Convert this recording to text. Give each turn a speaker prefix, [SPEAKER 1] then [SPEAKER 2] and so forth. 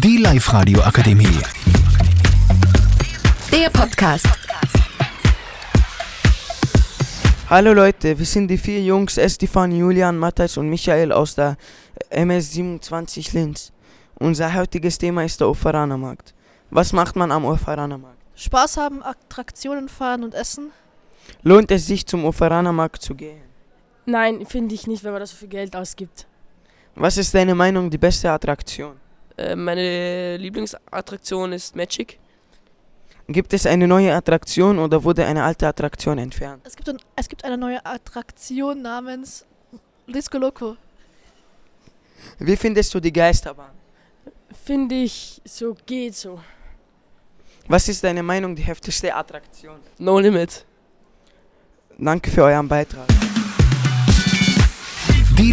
[SPEAKER 1] Live radio akademie
[SPEAKER 2] Der Podcast.
[SPEAKER 3] Hallo Leute, wir sind die vier Jungs Estefan, Julian, Matthias und Michael aus der MS27 Linz. Unser heutiges Thema ist der Orferanermarkt. Was macht man am Orferanermarkt?
[SPEAKER 4] Spaß haben, Attraktionen fahren und essen?
[SPEAKER 3] Lohnt es sich zum Orferanermarkt zu gehen?
[SPEAKER 5] Nein, finde ich nicht, wenn man da so viel Geld ausgibt.
[SPEAKER 3] Was ist deine Meinung die beste Attraktion?
[SPEAKER 6] Äh, meine Lieblingsattraktion ist Magic.
[SPEAKER 3] Gibt es eine neue Attraktion oder wurde eine alte Attraktion entfernt?
[SPEAKER 4] Es gibt, ein, es gibt eine neue Attraktion namens Disco Loco.
[SPEAKER 3] Wie findest du die Geisterbahn?
[SPEAKER 5] Finde ich, so geht so.
[SPEAKER 3] Was ist deine Meinung die heftigste Attraktion?
[SPEAKER 6] No Limit.
[SPEAKER 3] Danke für euren Beitrag.
[SPEAKER 1] Die